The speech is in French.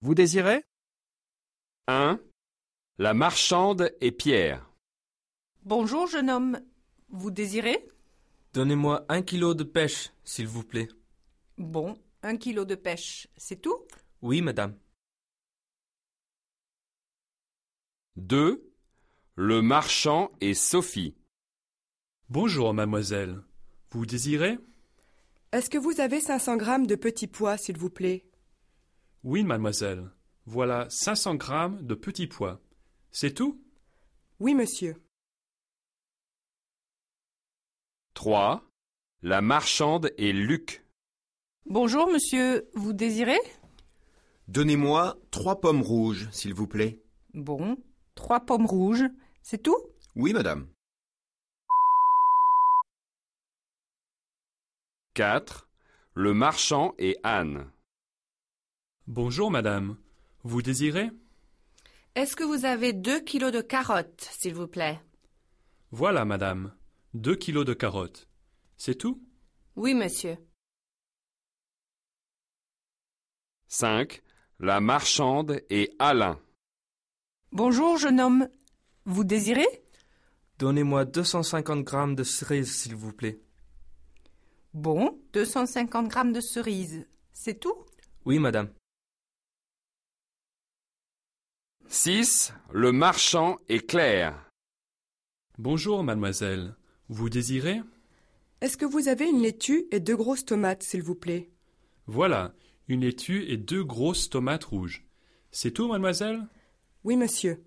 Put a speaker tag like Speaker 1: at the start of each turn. Speaker 1: Vous désirez
Speaker 2: 1. La marchande et Pierre.
Speaker 3: Bonjour, jeune homme. Vous désirez
Speaker 4: Donnez-moi un kilo de pêche, s'il vous plaît.
Speaker 3: Bon, un kilo de pêche, c'est tout
Speaker 4: Oui, madame.
Speaker 2: 2. Le marchand et Sophie.
Speaker 5: Bonjour, mademoiselle. Vous désirez
Speaker 6: Est-ce que vous avez 500 grammes de petits pois, s'il vous plaît
Speaker 5: Oui, mademoiselle. Voilà 500 grammes de petits pois. C'est tout
Speaker 6: Oui, monsieur.
Speaker 2: 3. La marchande et Luc.
Speaker 3: Bonjour, monsieur. Vous désirez
Speaker 7: Donnez-moi trois pommes rouges, s'il vous plaît.
Speaker 3: Bon, trois pommes rouges, c'est tout
Speaker 7: Oui, madame.
Speaker 2: 4. Le marchand et Anne.
Speaker 5: Bonjour, madame. Vous désirez
Speaker 8: Est-ce que vous avez deux kilos de carottes, s'il vous plaît
Speaker 5: Voilà, madame. Deux kilos de carottes. C'est tout
Speaker 8: Oui, monsieur.
Speaker 2: 5. La marchande et Alain.
Speaker 3: Bonjour, jeune homme. Vous désirez
Speaker 4: Donnez-moi 250 grammes de cerises, s'il vous plaît.
Speaker 3: Bon, 250 grammes de cerises, c'est tout
Speaker 4: Oui, madame.
Speaker 2: 6. Le marchand et Claire.
Speaker 5: Bonjour, mademoiselle. Vous désirez
Speaker 6: Est-ce que vous avez une laitue et deux grosses tomates, s'il vous plaît
Speaker 5: Voilà, une laitue et deux grosses tomates rouges. C'est tout, mademoiselle
Speaker 6: Oui, monsieur.